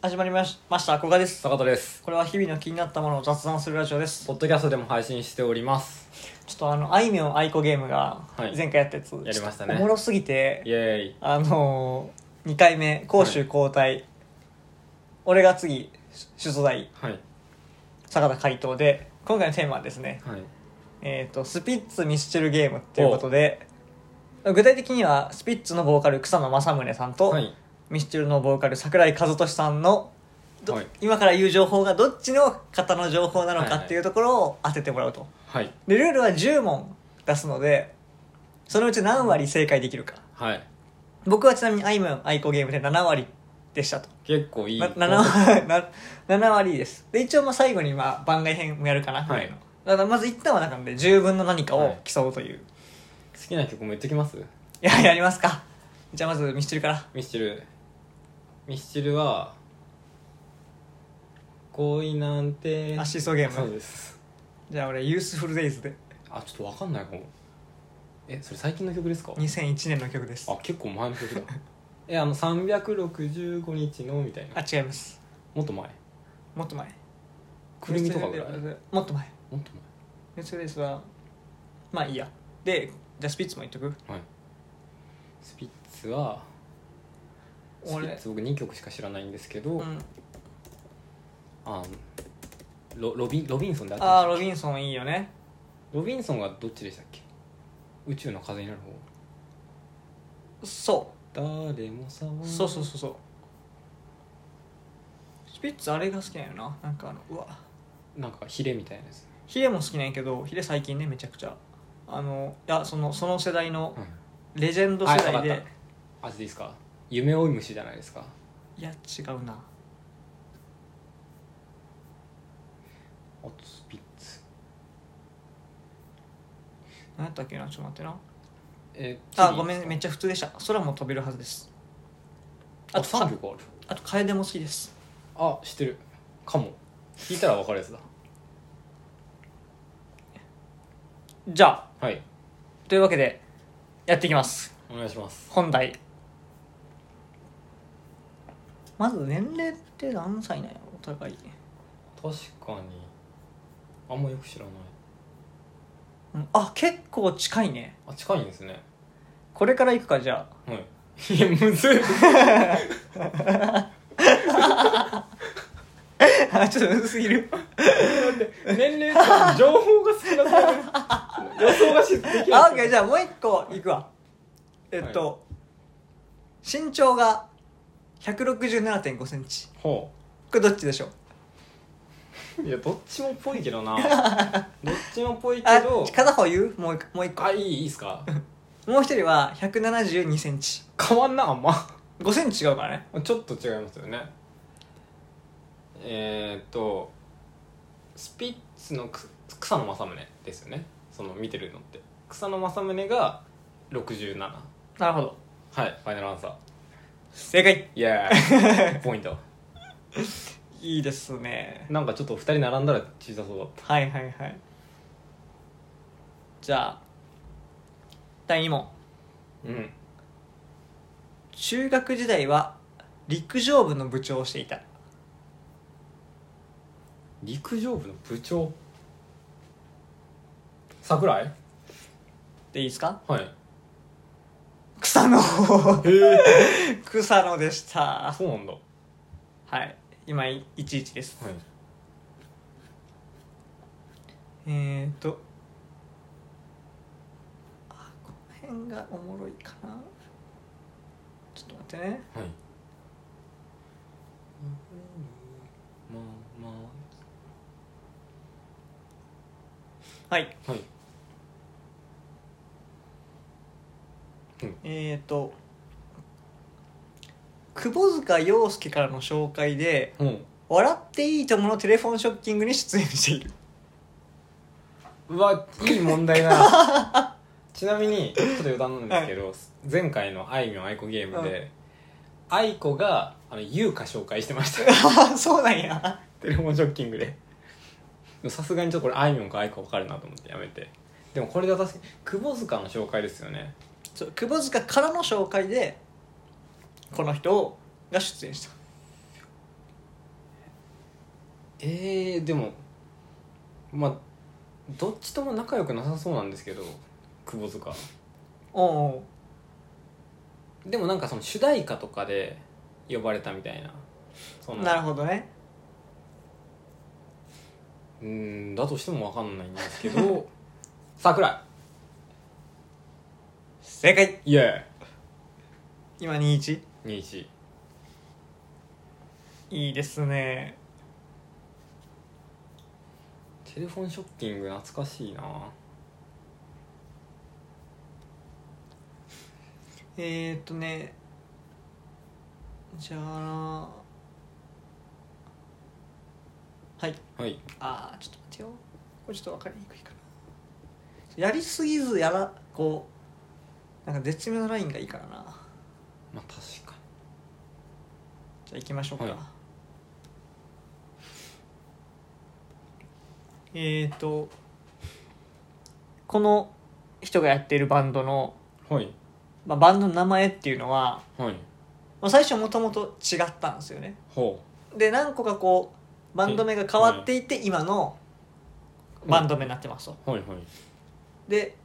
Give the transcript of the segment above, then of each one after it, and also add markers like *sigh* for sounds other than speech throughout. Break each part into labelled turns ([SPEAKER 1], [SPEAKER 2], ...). [SPEAKER 1] 始まりましましたこがです
[SPEAKER 2] 坂田です
[SPEAKER 1] これは日々の気になったものを雑談するラジオです
[SPEAKER 2] ポッドキャストでも配信しております
[SPEAKER 1] ちょっとあのあいみょんあいこゲームが
[SPEAKER 2] はい
[SPEAKER 1] 前回やったやつ、
[SPEAKER 2] やりまし
[SPEAKER 1] ちょっ
[SPEAKER 2] たね
[SPEAKER 1] とおもろすぎて
[SPEAKER 2] イエーイ
[SPEAKER 1] あのー、2回目攻守交代、俺が次主素材
[SPEAKER 2] はい
[SPEAKER 1] 坂田回答で今回のテーマはですね
[SPEAKER 2] はい
[SPEAKER 1] えっ、とスピッツミスチルゲームっていうことで具体的にはスピッツのボーカル草野正宗さんと、
[SPEAKER 2] はい
[SPEAKER 1] ミスチルのボーカル桜井和寿さんのど、
[SPEAKER 2] はい
[SPEAKER 1] 今から言う情報がどっちの方の情報なのかっていうところを当ててもらうと、
[SPEAKER 2] はい
[SPEAKER 1] でルールは10問出すのでそのうち何割正解できるか
[SPEAKER 2] はい
[SPEAKER 1] 僕はちなみにあいみょんあいこゲームで7割でしたと
[SPEAKER 2] 結構いい
[SPEAKER 1] な 7, 割 *laughs* な7割ですで一応まあ最後にまあ番外編もやるかなぐらいの、
[SPEAKER 2] はい
[SPEAKER 1] だからまず一旦はなんかで10分の何かを競うという、
[SPEAKER 2] 好きな曲も言っときます
[SPEAKER 1] い、ややりますかじゃあまずミスチルから
[SPEAKER 2] ミスチルミスチルは恋なんて
[SPEAKER 1] あシーソーゲーム
[SPEAKER 2] そうです
[SPEAKER 1] じゃあ俺ユースフルデイズで
[SPEAKER 2] あちょっとわかんないかもえそれ最近の曲ですか
[SPEAKER 1] 2001年の曲です
[SPEAKER 2] あ結構前の曲だ *laughs* えあの365日のみたいな
[SPEAKER 1] あ違います
[SPEAKER 2] もっと前
[SPEAKER 1] もっと前
[SPEAKER 2] くるみとかぐらい
[SPEAKER 1] もっと前
[SPEAKER 2] もっと
[SPEAKER 1] メスレスはまあいいやでじゃあスピッツも言っとく
[SPEAKER 2] 前はいスピッツはスピ
[SPEAKER 1] 俺
[SPEAKER 2] ッツ僕2曲しか知らないんですけど、
[SPEAKER 1] うん、
[SPEAKER 2] あロロビンロビンソンであって
[SPEAKER 1] ああ
[SPEAKER 2] ま
[SPEAKER 1] ロ
[SPEAKER 2] し
[SPEAKER 1] ビンソンいいよね
[SPEAKER 2] たロビンソンがどっちでしたっけ宇宙の風になる
[SPEAKER 1] そ
[SPEAKER 2] 方誰もさ
[SPEAKER 1] うそうそうそうそうスピッツあれが好きなんよななんかあのうわ
[SPEAKER 2] なんかヒレみたいなやつ、
[SPEAKER 1] ヒレも好きなんやけどヒレ最近ねめちゃくちゃあのいやそのその世代のレジェンド世代
[SPEAKER 2] はい
[SPEAKER 1] で、
[SPEAKER 2] わかっあれですか夢追い虫じゃないですか
[SPEAKER 1] いや違うな
[SPEAKER 2] あとスピッツ
[SPEAKER 1] 何やったっけなちょっと待ってな
[SPEAKER 2] え
[SPEAKER 1] あごめんめっ
[SPEAKER 2] っち
[SPEAKER 1] ちゃ普通でした空も飛べるはずです
[SPEAKER 2] ゃあ
[SPEAKER 1] あと
[SPEAKER 2] 3
[SPEAKER 1] か
[SPEAKER 2] 曲ある
[SPEAKER 1] あと楓も好きです
[SPEAKER 2] あ知ってるかも聞いたら分かるやつだ
[SPEAKER 1] じゃあ
[SPEAKER 2] はい
[SPEAKER 1] というわけでやっていきます
[SPEAKER 2] お願いします
[SPEAKER 1] 本題まず年齢って何歳なんやろお互い、
[SPEAKER 2] 確かにあんまよく知らない
[SPEAKER 1] うん、あ結構近いね
[SPEAKER 2] あ近いんですね
[SPEAKER 1] これから行くかじゃあ
[SPEAKER 2] はいいやむずい
[SPEAKER 1] あ *laughs* ちょっとむずすぎる
[SPEAKER 2] 年齢と情報が少なさい予想がしでき
[SPEAKER 1] あ
[SPEAKER 2] な
[SPEAKER 1] オッ
[SPEAKER 2] い
[SPEAKER 1] ケーじゃあもう一個行くわえっと、身長が1 6 7 5センチ
[SPEAKER 2] ほ
[SPEAKER 1] これどっちでしょう
[SPEAKER 2] ういやどっちもっぽいけ
[SPEAKER 1] *laughs*
[SPEAKER 2] どなどっちもっぽいけ
[SPEAKER 1] あ
[SPEAKER 2] ど
[SPEAKER 1] 片方言うもう一個もう一個
[SPEAKER 2] あいいいいっすか
[SPEAKER 1] もう一人は1 7 2センチ
[SPEAKER 2] 変わんなあんま
[SPEAKER 1] 5センチ違うからね
[SPEAKER 2] ちょっと違いますよねえー、っとスピッツのく草野正宗ですよねその見てるのって草野正宗が67はい
[SPEAKER 1] なるほど
[SPEAKER 2] ファイナルアンサー
[SPEAKER 1] 正解
[SPEAKER 2] イエーイ *laughs* ポイント
[SPEAKER 1] いいですね
[SPEAKER 2] なんかちょっと2人並んだら小さそうだっ
[SPEAKER 1] はいはいはいじゃあ第2問
[SPEAKER 2] たうん
[SPEAKER 1] 中学時代は陸上部の部長をしていた
[SPEAKER 2] 陸上部の部長桜井
[SPEAKER 1] でいいですか
[SPEAKER 2] はい
[SPEAKER 1] 草野
[SPEAKER 2] へ *laughs* え
[SPEAKER 1] 草野でした
[SPEAKER 2] そうなんだは
[SPEAKER 1] はい今11です
[SPEAKER 2] い
[SPEAKER 1] えーとあこの辺がおもろいかなちょっと待ってね
[SPEAKER 2] はいまあま
[SPEAKER 1] はい
[SPEAKER 2] あはい
[SPEAKER 1] えー、と窪塚洋介からの紹介で
[SPEAKER 2] うん
[SPEAKER 1] 「笑っていいとも!」のテレフォンショッキングに出演している
[SPEAKER 2] うわいい問題だちなみ *laughs* にちょっと余談なんですけど、前回のあいみょんあいこゲームで、あいこがあの優香紹介してました
[SPEAKER 1] ああ *laughs* そうなんや
[SPEAKER 2] テレフォンショッキングででもさすがにちょっとこれあいみょんかあいこ分かるなと思ってやめてでもこれで私窪塚の紹介ですよね
[SPEAKER 1] そう窪塚からの紹介でこの人をが出演した
[SPEAKER 2] えー、でもまあどっちとも仲良くなさそうなんですけど久保塚
[SPEAKER 1] おう
[SPEAKER 2] でもなんかその主題歌とかで呼ばれたみたいなそ
[SPEAKER 1] おう
[SPEAKER 2] の
[SPEAKER 1] なるほどね
[SPEAKER 2] うんだとしても分かんないんですけど *laughs* 桜井
[SPEAKER 1] 正解
[SPEAKER 2] イエ
[SPEAKER 1] 今21
[SPEAKER 2] ーイ21
[SPEAKER 1] いいですね
[SPEAKER 2] テレフォンショッキング懐かしいな
[SPEAKER 1] えー、っとねじゃあはい
[SPEAKER 2] はい
[SPEAKER 1] あーちょっと待ってよこれちょっと分かりにくいかなやりすぎずやらこうなんか絶妙なラインがいいからな
[SPEAKER 2] まあ確か
[SPEAKER 1] じゃあ行きましょうか、
[SPEAKER 2] はい
[SPEAKER 1] えー、とこの人がやっているバンドの、
[SPEAKER 2] にはい
[SPEAKER 1] まあ、バンドの名前っていうのは、
[SPEAKER 2] は
[SPEAKER 1] ま
[SPEAKER 2] い
[SPEAKER 1] あ、最初もともと違ったんですよね
[SPEAKER 2] ほ
[SPEAKER 1] で何個かこうバンド名が変わっていって今の
[SPEAKER 2] うん
[SPEAKER 1] バンド名になってますと、
[SPEAKER 2] うはいは
[SPEAKER 1] で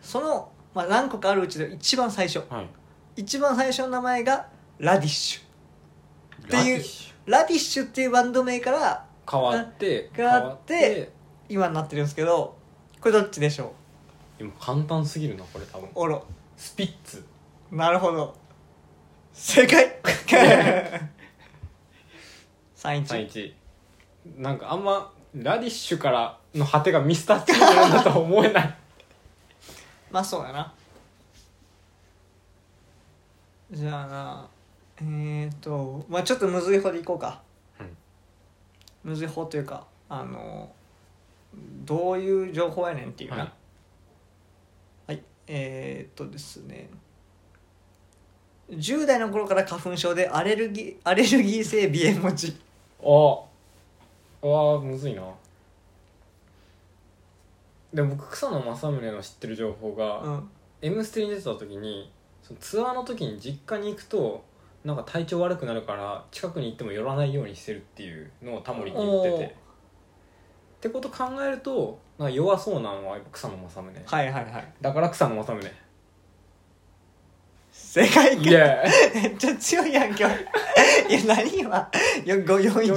[SPEAKER 1] その、まあ、何個かあるうちで一番最初
[SPEAKER 2] いはい
[SPEAKER 1] 一番最初の名前がラディッシュていう
[SPEAKER 2] ラディッシュ
[SPEAKER 1] ラディッシュっていうバンド名から
[SPEAKER 2] 変わって
[SPEAKER 1] 変わって今になってるんですけどこれどっちでしょう
[SPEAKER 2] 今簡単すぎるなこれ多分
[SPEAKER 1] おろ
[SPEAKER 2] スピッツ
[SPEAKER 1] なるほど正解 *laughs* 3-1
[SPEAKER 2] 31なんかあんまラディッシュからの果てがミスターチルドレンだとは思えない
[SPEAKER 1] まあそうやなじゃあなえー、っとまあちょっとむずい方でいこうか、
[SPEAKER 2] うん
[SPEAKER 1] むずい方というかあのどういう情報やねんっていうな、
[SPEAKER 2] はい
[SPEAKER 1] はい、えー、っとですね10代の頃から花粉症でアレルギーアレルギー性鼻炎持ち
[SPEAKER 2] あああむずいなでも僕草野正宗の知ってる情報が「
[SPEAKER 1] うん、
[SPEAKER 2] M ステ」に出てた時にそのツアーの時に実家に行くとなんか体調悪くなるから近くに行っても寄らないようにしてるっていうのをタモリに言ってて
[SPEAKER 1] おー
[SPEAKER 2] ってこと考えるとなんか弱そうなのは草野正宗、
[SPEAKER 1] はいはいはい
[SPEAKER 2] だから草野正宗
[SPEAKER 1] 正解
[SPEAKER 2] イエ
[SPEAKER 1] めっちゃ強いやん今日いや何今よ
[SPEAKER 2] ーイ
[SPEAKER 1] 541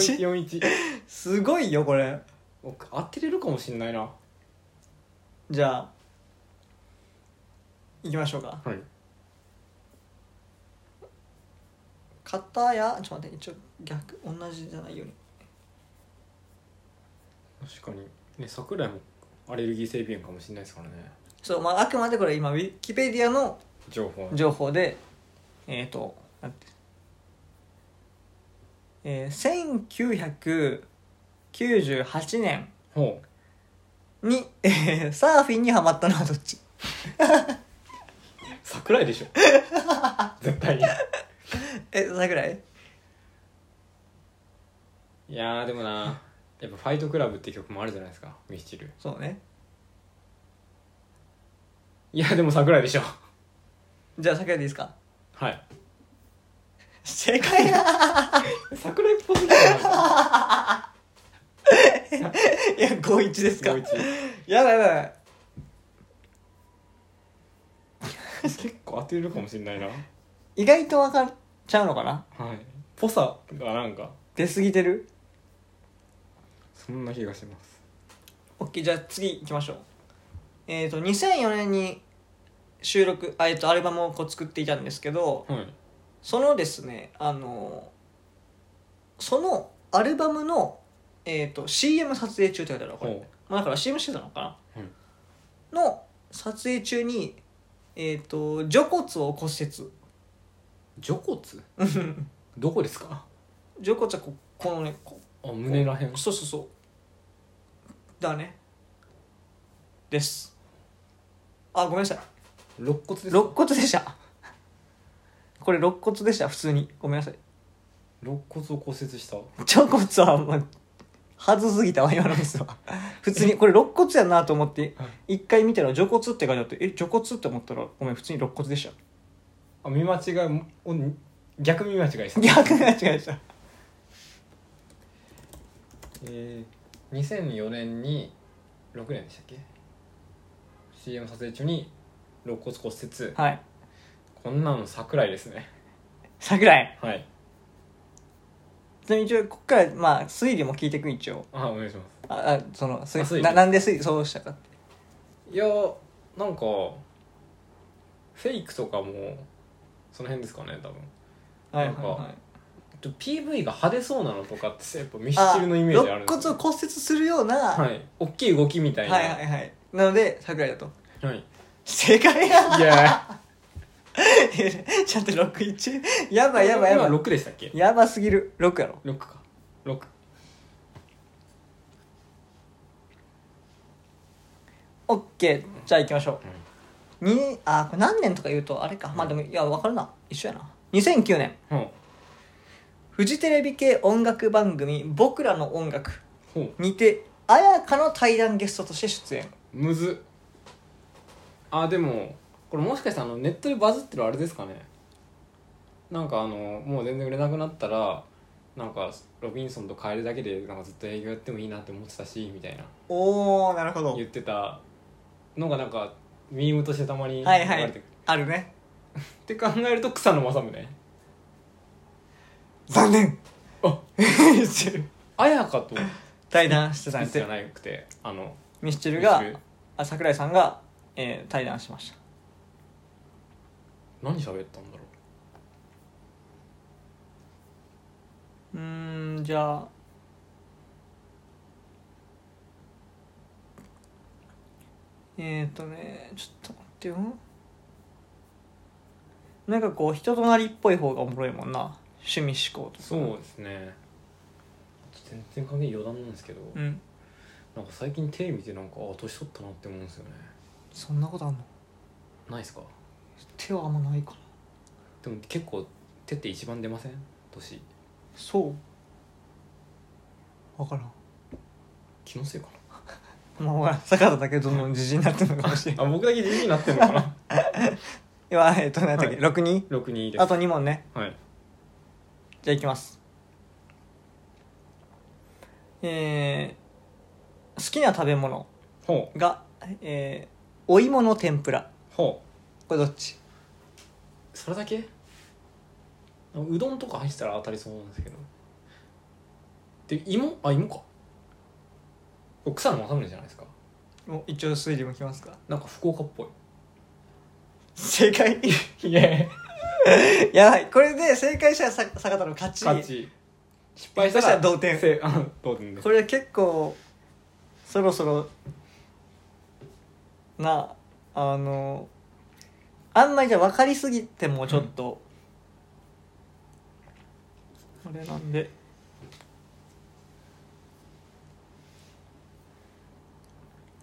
[SPEAKER 2] 41
[SPEAKER 1] すごいよこれ
[SPEAKER 2] 僕当てれるかもしんないな
[SPEAKER 1] じゃあ行きましょうか
[SPEAKER 2] はい
[SPEAKER 1] 片やちょっと待って一応逆同じじゃないように
[SPEAKER 2] 確かにね桜井もアレルギー性鼻炎かもしんないですからね
[SPEAKER 1] そうまああくまでこれ今ウィキペディアの
[SPEAKER 2] 情報
[SPEAKER 1] 情報でえっ、ー、となんてえー、1998年
[SPEAKER 2] ほう
[SPEAKER 1] に、えーサーフィンにハマったのはどっち *laughs*
[SPEAKER 2] 桜井でしょ絶対に
[SPEAKER 1] え桜井
[SPEAKER 2] いやーでもなやっぱ「ファイトクラブ」って曲もあるじゃないですかミスチル
[SPEAKER 1] そうね
[SPEAKER 2] いやでも桜井でしょ
[SPEAKER 1] じゃあ桜井でいいですか
[SPEAKER 2] はい
[SPEAKER 1] 正解だ
[SPEAKER 2] 桜井っぽすぎるな
[SPEAKER 1] いや51ですか
[SPEAKER 2] 光
[SPEAKER 1] *laughs*
[SPEAKER 2] 一
[SPEAKER 1] やばいやばい
[SPEAKER 2] *laughs* 結構当てれるかもしんないな
[SPEAKER 1] 意外と分かっちゃうのかな
[SPEAKER 2] はいぽさがなんか
[SPEAKER 1] 出過ぎてる
[SPEAKER 2] そんな気がします
[SPEAKER 1] OK じゃあ次行きましょうえっ、ー、と2004年に収録あえっとアルバムをこう作っていたんですけど
[SPEAKER 2] はい
[SPEAKER 1] そのですねあのそのアルバムの、えー、と CM 撮影中って書いてあるのこれ、
[SPEAKER 2] ほ
[SPEAKER 1] まあ、だから CM してたのかな、
[SPEAKER 2] うん
[SPEAKER 1] の撮影中にえっ、と除骨を骨折 *laughs*
[SPEAKER 2] う除骨どこですか
[SPEAKER 1] 除骨はここのねこ
[SPEAKER 2] あ胸らへん
[SPEAKER 1] そうそうそうだねですあごめんなさい
[SPEAKER 2] 肋骨ですか
[SPEAKER 1] 肋骨でしたこれ肋骨でした普通にごめんなさい
[SPEAKER 2] 肋骨を骨折した
[SPEAKER 1] 腸骨はまはずすぎたわ今のミ
[SPEAKER 2] *laughs*
[SPEAKER 1] スは普通にこれ肋骨やなと思って
[SPEAKER 2] はい
[SPEAKER 1] 一回見たら「除骨」って書いてあって「え除骨?」って思ったらごめん普通に肋骨で
[SPEAKER 2] *laughs*
[SPEAKER 1] した
[SPEAKER 2] あ見間違いお逆見間違いした
[SPEAKER 1] 逆が違いでした
[SPEAKER 2] えー、2004年に6年でしたっけ CM 撮影中に肋骨骨折
[SPEAKER 1] はい
[SPEAKER 2] こんなの桜井ですね
[SPEAKER 1] 桜井
[SPEAKER 2] はい
[SPEAKER 1] ちなみに一応ここからまあ推理も聞いていく一応
[SPEAKER 2] あお願いします
[SPEAKER 1] ああその推
[SPEAKER 2] あ推理
[SPEAKER 1] ななんで推理そうしたかって
[SPEAKER 2] いやなんかフェイクとかもその辺ですかね多分
[SPEAKER 1] はい
[SPEAKER 2] なん
[SPEAKER 1] は
[SPEAKER 2] か
[SPEAKER 1] いはい
[SPEAKER 2] ちょ PV が派手そうなのとかってやっぱミス
[SPEAKER 1] あ
[SPEAKER 2] チルのイメージあるん
[SPEAKER 1] 肋
[SPEAKER 2] で
[SPEAKER 1] 骨
[SPEAKER 2] す
[SPEAKER 1] を
[SPEAKER 2] よ
[SPEAKER 1] 骨折するような、は
[SPEAKER 2] はい大きい動きみたい
[SPEAKER 1] い、
[SPEAKER 2] な
[SPEAKER 1] はいはいはいなので桜井だと
[SPEAKER 2] はい
[SPEAKER 1] 正解や
[SPEAKER 2] *laughs* いや
[SPEAKER 1] ちゃんと6一やば
[SPEAKER 2] ー
[SPEAKER 1] いやばいや
[SPEAKER 2] 今
[SPEAKER 1] ばい
[SPEAKER 2] 6でしたっけ
[SPEAKER 1] やばすぎる6やろ
[SPEAKER 2] 6か6
[SPEAKER 1] オッケーじゃあ行きましょうにあこれ何年とか言うとあれかまあでもいや分かるな一緒やな2009年
[SPEAKER 2] うんほ
[SPEAKER 1] フジテレビ系音楽番組「僕らの音楽
[SPEAKER 2] うほう」
[SPEAKER 1] にて綾香の対談ゲストとして出演
[SPEAKER 2] むずっあでもこれもしかしたらあのネットでバズってるあれですかねなんかあのもう全然売れなくなったらなんかロビンソンと帰るだけでなんかずっと営業やってもいいなって思ってたしみたいな
[SPEAKER 1] おおなるほど
[SPEAKER 2] 言ってたのがなんかミームとしてたまに
[SPEAKER 1] はいはい
[SPEAKER 2] 流れてくる
[SPEAKER 1] あるね
[SPEAKER 2] って考えると草野正宗
[SPEAKER 1] 残念
[SPEAKER 2] あ綾香と
[SPEAKER 1] *laughs* 対談してたん
[SPEAKER 2] じゃ
[SPEAKER 1] で
[SPEAKER 2] なくてあの
[SPEAKER 1] ミスチル
[SPEAKER 2] ミ
[SPEAKER 1] が
[SPEAKER 2] スチル
[SPEAKER 1] あ桜井さんが、えー対談しました
[SPEAKER 2] 何喋ったんだろ
[SPEAKER 1] うーんじゃあえっ、ー、とねちょっと待ってよなんかこう人となりっぽい方がおもろいもんな趣味思考と
[SPEAKER 2] う
[SPEAKER 1] か
[SPEAKER 2] そうですね全然関係余談なんですけど、
[SPEAKER 1] うん
[SPEAKER 2] なんか最近テレビでなんかあ年取ったなって思うんですよね
[SPEAKER 1] そんなことあんの
[SPEAKER 2] ないですか
[SPEAKER 1] 手はあんまないかな
[SPEAKER 2] でも結構手って一番出ません年
[SPEAKER 1] そう分からん
[SPEAKER 2] 気のせいか
[SPEAKER 1] まあお前坂田だけどんどんじじいになってるのかも
[SPEAKER 2] *laughs*
[SPEAKER 1] しれない
[SPEAKER 2] なあ僕だけ地味になってんのかな *laughs*
[SPEAKER 1] ではえっ、と何だっけ、
[SPEAKER 2] はい
[SPEAKER 1] 6人
[SPEAKER 2] 62です
[SPEAKER 1] あと2問ね
[SPEAKER 2] はい
[SPEAKER 1] じゃあいきますえー、好きな食べ物
[SPEAKER 2] ほう
[SPEAKER 1] が、えー、お芋の天ぷら
[SPEAKER 2] ほう
[SPEAKER 1] これどっち
[SPEAKER 2] それだけうどんとか入ってたら当たりそうなんですけどで芋あ芋かこれ草野正宗じゃないですか
[SPEAKER 1] お一応推理もきますか
[SPEAKER 2] なんか福岡っぽ
[SPEAKER 1] 正解
[SPEAKER 2] いいえ
[SPEAKER 1] *laughs* やばいこれで正解したらさ坂田の勝ち
[SPEAKER 2] 勝ち失敗した
[SPEAKER 1] 失敗
[SPEAKER 2] ら
[SPEAKER 1] したら同点
[SPEAKER 2] せいあ同点です
[SPEAKER 1] これ結構そろそろなあのあんまりじゃ分かりすぎてもちょっと、あれなんで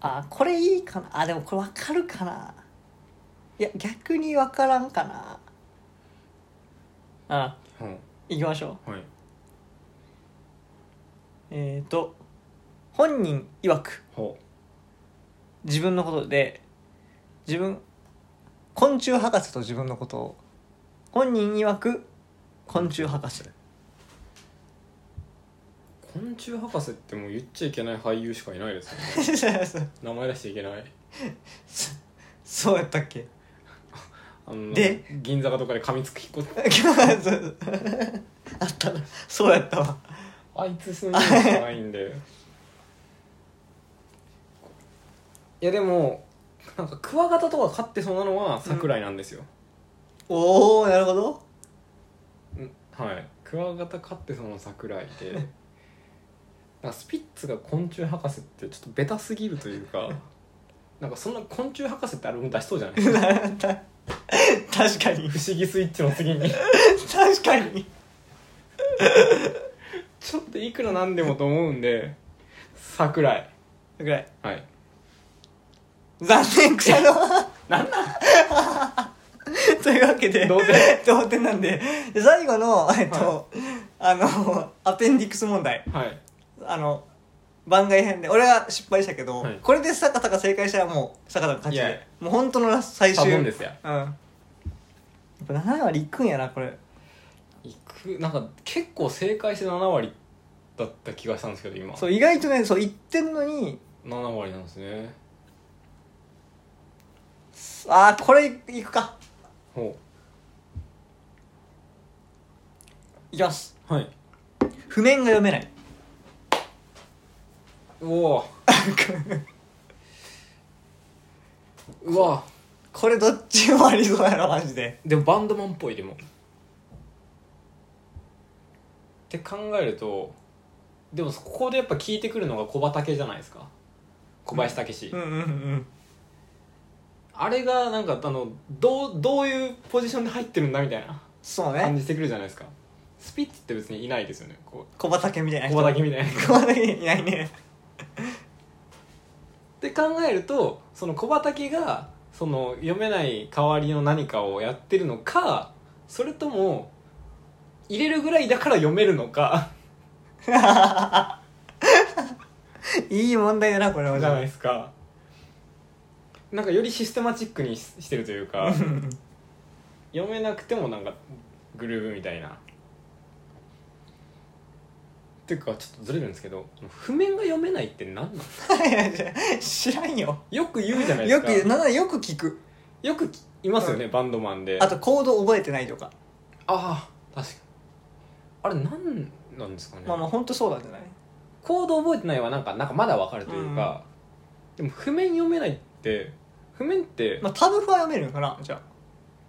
[SPEAKER 1] あこれいいかなあでもこれ分かるかないや逆に分からんかなあ
[SPEAKER 2] うん
[SPEAKER 1] 行きましょう
[SPEAKER 2] はい
[SPEAKER 1] えっ、ー、と本人曰く
[SPEAKER 2] ほ
[SPEAKER 1] 自分のことで自分昆虫博士と自分のことを本人曰く昆虫博士 *laughs*
[SPEAKER 2] う昆虫博士ってもう言っちゃいけない俳優しかいないですよね名前出しちゃいけない
[SPEAKER 1] そうやったっけ *laughs*
[SPEAKER 2] あの
[SPEAKER 1] で
[SPEAKER 2] 銀座かとかで噛みつく引 *laughs* っ
[SPEAKER 1] あったなそうやったわ
[SPEAKER 2] あいつそのイメージしかないんでいやでもなんかクワガタとか飼ってそうなのは桜井なんですよ、
[SPEAKER 1] おおなるほど *laughs*
[SPEAKER 2] うんはいクワガタ飼ってそうな桜井で *laughs* なんかスピッツが昆虫博士ってちょっとベタすぎるという *laughs* かなんかそんな昆虫博士ってアルバム出しそうじゃないです *laughs* か
[SPEAKER 1] 確かに
[SPEAKER 2] 不思議スイッチの次 *laughs* に
[SPEAKER 1] 確かに
[SPEAKER 2] ちょっといくらなんでもと思うんで桜井
[SPEAKER 1] ぐらい
[SPEAKER 2] はい
[SPEAKER 1] 残念草の *laughs* というわけで
[SPEAKER 2] 同点
[SPEAKER 1] 同点なんでで最後のえっと、あのアペンディクス問題
[SPEAKER 2] はい
[SPEAKER 1] あの番外編で俺は失敗したけど、
[SPEAKER 2] はい
[SPEAKER 1] これで坂田が正解したらもう坂田の勝ち
[SPEAKER 2] いやいや
[SPEAKER 1] でもう本当のラス最
[SPEAKER 2] 多
[SPEAKER 1] 終
[SPEAKER 2] 分ですよ
[SPEAKER 1] うんやっぱ7割いくんやなこれ
[SPEAKER 2] いくなんか結構正解して7割だった気がしたんですけど今
[SPEAKER 1] そう意外とねそう言ってんのに
[SPEAKER 2] 7割なんですね
[SPEAKER 1] あーこれいくか
[SPEAKER 2] ほ
[SPEAKER 1] いきます
[SPEAKER 2] うはい
[SPEAKER 1] 譜面が読めない *laughs*
[SPEAKER 2] おおうわ
[SPEAKER 1] これどっちもありそうやろマジで
[SPEAKER 2] でもバンドマンっぽいでもって考えるとでもここでやっぱ聞いてくるのが小畑じゃないですか小林武史、
[SPEAKER 1] うんうんうん
[SPEAKER 2] あれがなんかあのどうどういうポジションで入ってるんだみたいな
[SPEAKER 1] そう
[SPEAKER 2] 感
[SPEAKER 1] ね
[SPEAKER 2] じしてくるじゃないですかスピッツって別にいないですよねこ
[SPEAKER 1] 小畑みたいうな
[SPEAKER 2] 小畑みたいなっ
[SPEAKER 1] 小畑いないね
[SPEAKER 2] て考えるとその小畑がその読めない代わりの何かをやってるのかそれとも入れるぐらいだから読めるのか
[SPEAKER 1] いい問題だなこれは
[SPEAKER 2] じゃないですかなんかよりシステマチックにししてるとい
[SPEAKER 1] *laughs*
[SPEAKER 2] うか
[SPEAKER 1] うんうん
[SPEAKER 2] 読めなくてもなんかグルーヴみたいなっていうかちょっとずれるんですけど譜面が読めないって何なん
[SPEAKER 1] いやいや知らんよ
[SPEAKER 2] よく言うじゃないで
[SPEAKER 1] よ
[SPEAKER 2] すか
[SPEAKER 1] くなんならよく聞く
[SPEAKER 2] よくいますよね、バンドマンで
[SPEAKER 1] あとコード覚えてないとか
[SPEAKER 2] ああ確かにあれ何なんですかね、
[SPEAKER 1] まあまあ本当そうなんじゃない
[SPEAKER 2] コード覚えてないはなんかなんかまだわかるというか、でも譜面読めないって譜面って、
[SPEAKER 1] まあタブ譜は読めるのかなじゃあ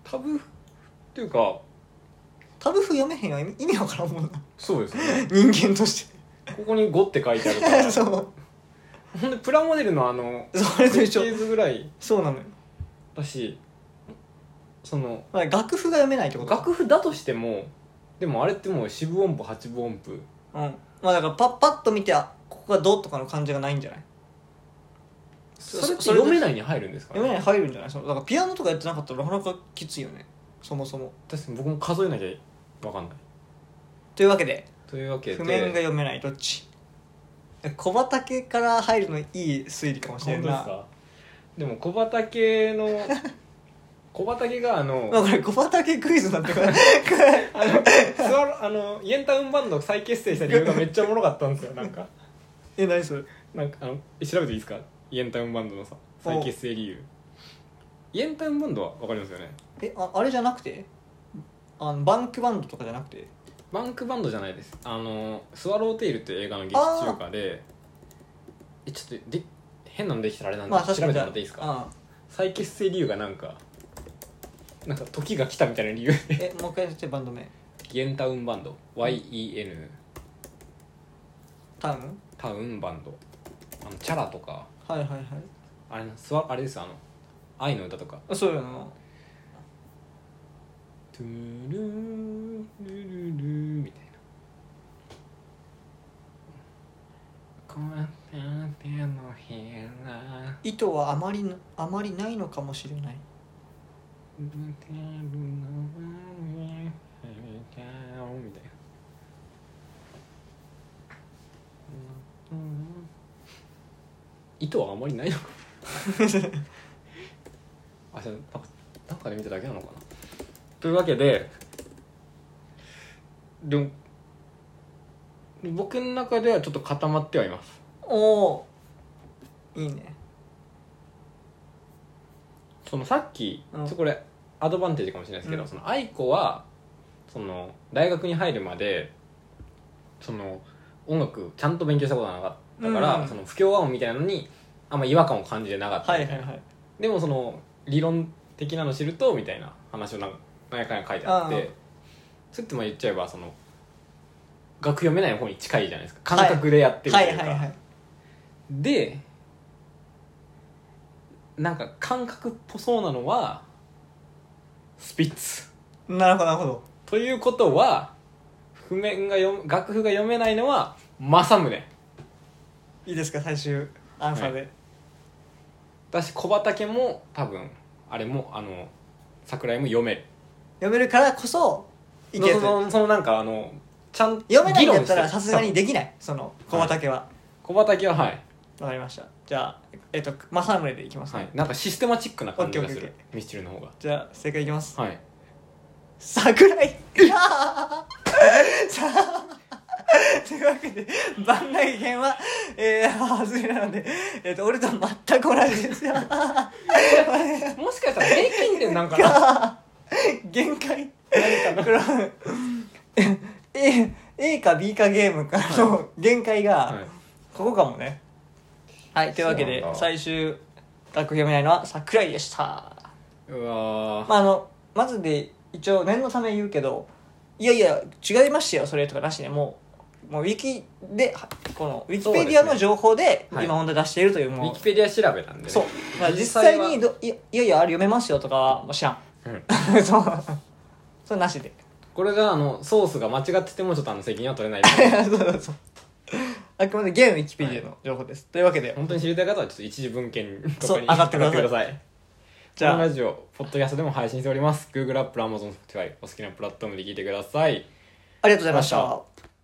[SPEAKER 2] タブっていうか
[SPEAKER 1] タブ譜読めへんは意味意味わからんもんな *laughs*
[SPEAKER 2] そうですよね
[SPEAKER 1] 人間として
[SPEAKER 2] ここに5って書いてあるか
[SPEAKER 1] *laughs*
[SPEAKER 2] ら
[SPEAKER 1] そ
[SPEAKER 2] ほんでプラモデルのあの
[SPEAKER 1] うそれと一
[SPEAKER 2] 設
[SPEAKER 1] 緒
[SPEAKER 2] 計図ぐらい
[SPEAKER 1] そうなのよ、
[SPEAKER 2] だしその
[SPEAKER 1] まあ、楽譜が読めないってこと
[SPEAKER 2] 楽譜だとしてもでもあれってもう四分音符八分音符
[SPEAKER 1] うんまあだからパッパッと見てあここがどうとかの感じがないんじゃない
[SPEAKER 2] そ
[SPEAKER 1] そ
[SPEAKER 2] れって
[SPEAKER 1] それで
[SPEAKER 2] 読めないに入るんですか、ね、
[SPEAKER 1] 読めない入るんじゃないそのだからピアノとかやってなかったらなかなかきついよねそもそも
[SPEAKER 2] 確かに僕も数えなきゃわかんない
[SPEAKER 1] というわけで
[SPEAKER 2] というわけで
[SPEAKER 1] 譜面が読めないどっち小畑から入るのいい推理かもしれ
[SPEAKER 2] 本
[SPEAKER 1] ん
[SPEAKER 2] 当です
[SPEAKER 1] な
[SPEAKER 2] かでも小畑
[SPEAKER 1] *laughs*
[SPEAKER 2] の小畑があの
[SPEAKER 1] まあこれ小畑クイズなんてこれ
[SPEAKER 2] あのスワロあのイエンタウンバンド再結成した理由がめっちゃおもろかった
[SPEAKER 1] *laughs*
[SPEAKER 2] んですよなんか
[SPEAKER 1] *laughs* え何それ
[SPEAKER 2] なんかあのえ調べていいですかイエンタウンバンドのさ再結成理由イエンタウンバンドはわかりますよね
[SPEAKER 1] えああれじゃなくてあのバンクバンドとかじゃなくて
[SPEAKER 2] バンクバンドじゃないですあの「スワローテイル」っていう映画の劇中歌でえちょっとで変なのできたらあれなんで、
[SPEAKER 1] まあ確
[SPEAKER 2] 調
[SPEAKER 1] か
[SPEAKER 2] べ
[SPEAKER 1] に
[SPEAKER 2] てもらっていいですか
[SPEAKER 1] か
[SPEAKER 2] 再結成理由がなんかなんか時が来たみたいな理由で
[SPEAKER 1] えもう一回やってバンド名
[SPEAKER 2] イエンタウンバンド YEN
[SPEAKER 1] タウン
[SPEAKER 2] タウンバンドあのチャラとか
[SPEAKER 1] はいはいはい
[SPEAKER 2] あれスワあれですよあの愛の歌とか
[SPEAKER 1] あそうやな
[SPEAKER 2] トゥルールルルーみたいなこうなった手のひら
[SPEAKER 1] 意図はあまりなあまりないのかもしれない
[SPEAKER 2] みたいな。意図はあまりないのか。あ、じゃあ、なんかなんかで見ただけなのかな。というわけで。でも。僕の中ではちょっと固まってはいます。
[SPEAKER 1] おおいいね
[SPEAKER 2] そのさっき、
[SPEAKER 1] うん
[SPEAKER 2] ちょこれアドバンテージかもしれないですけど、
[SPEAKER 1] うん
[SPEAKER 2] その愛子はその大学に入るまでその音楽ちゃんと勉強したことがなかったから、
[SPEAKER 1] うん
[SPEAKER 2] その不協和音みたいなのにあんま違和感を感じてなかった
[SPEAKER 1] は
[SPEAKER 2] み
[SPEAKER 1] い
[SPEAKER 2] たいな
[SPEAKER 1] はいはい
[SPEAKER 2] でもその理論的なの知るとみたいな話をなんか何やかんや書いてあっ
[SPEAKER 1] ああ
[SPEAKER 2] てそれってまあ言っちゃえばその楽読めない方に近いじゃないですか感覚でやってると
[SPEAKER 1] は
[SPEAKER 2] いう
[SPEAKER 1] い
[SPEAKER 2] か、
[SPEAKER 1] はいはい
[SPEAKER 2] でなんか感覚っぽそうなのはスピッツ
[SPEAKER 1] なるほどなるほど
[SPEAKER 2] ということは譜面が読む楽譜が読めないのは政宗
[SPEAKER 1] いいですか最終アンサーで、
[SPEAKER 2] だし小畑も多分あれもあの桜井も読める
[SPEAKER 1] 読めるからこそいけ
[SPEAKER 2] の
[SPEAKER 1] る
[SPEAKER 2] そのそのなんかあのちゃんと
[SPEAKER 1] 読めないんだったら
[SPEAKER 2] 議論して
[SPEAKER 1] さすがにできないその小畑は
[SPEAKER 2] 小畑ははい、
[SPEAKER 1] わ、かりましたじゃあえっと正宗でいきますね、
[SPEAKER 2] はい、なんかシステマチックな感じがす
[SPEAKER 1] オッケーオ
[SPEAKER 2] る
[SPEAKER 1] ッケ
[SPEAKER 2] ミスチルの方が
[SPEAKER 1] じゃあ正解いきます
[SPEAKER 2] はい
[SPEAKER 1] 桜井いやーさというわけで番外編はえー、外れなので、えー、と俺と全く同じですよ
[SPEAKER 2] もしかしたら平均点なんかな
[SPEAKER 1] 限界
[SPEAKER 2] 何か
[SPEAKER 1] これは A, A か B かゲームからの限界
[SPEAKER 2] な、 *laughs* は
[SPEAKER 1] が
[SPEAKER 2] い
[SPEAKER 1] ここかもねはいというわけで
[SPEAKER 2] そうなんだ
[SPEAKER 1] 最終作品を見ないのは桜井でした
[SPEAKER 2] うわー、
[SPEAKER 1] まああのまずで一応念のため言うけどいやいや違いましたよそれとかなしでもうもうウィキではこのウィキペディアの情報で
[SPEAKER 2] はい
[SPEAKER 1] 今問題出しているという
[SPEAKER 2] ウィ
[SPEAKER 1] も
[SPEAKER 2] キペディア調べなんで、
[SPEAKER 1] う
[SPEAKER 2] ね、
[SPEAKER 1] そうまあ実際にどいやいやいやあれ読めますよとかはもう知らん
[SPEAKER 2] う
[SPEAKER 1] *laughs*
[SPEAKER 2] ん
[SPEAKER 1] そうそれなしで *laughs*
[SPEAKER 2] これがあのソースが間違っててもちょっとあの責任
[SPEAKER 1] *laughs*
[SPEAKER 2] は取れない
[SPEAKER 1] そうそうそうあくまで現ウィキペディアの情報です、というわけで
[SPEAKER 2] 本当に知りたい方はちょっと一時文献と
[SPEAKER 1] そう
[SPEAKER 2] かに
[SPEAKER 1] 上がってください
[SPEAKER 2] 上がい
[SPEAKER 1] じゃあ
[SPEAKER 2] このラジオポッドキャストでも配信しております Google アップル Amazon Spotify お好きなプラットフォームで聞いてください
[SPEAKER 1] ありがとうございまし
[SPEAKER 2] ありがとうございました
[SPEAKER 1] た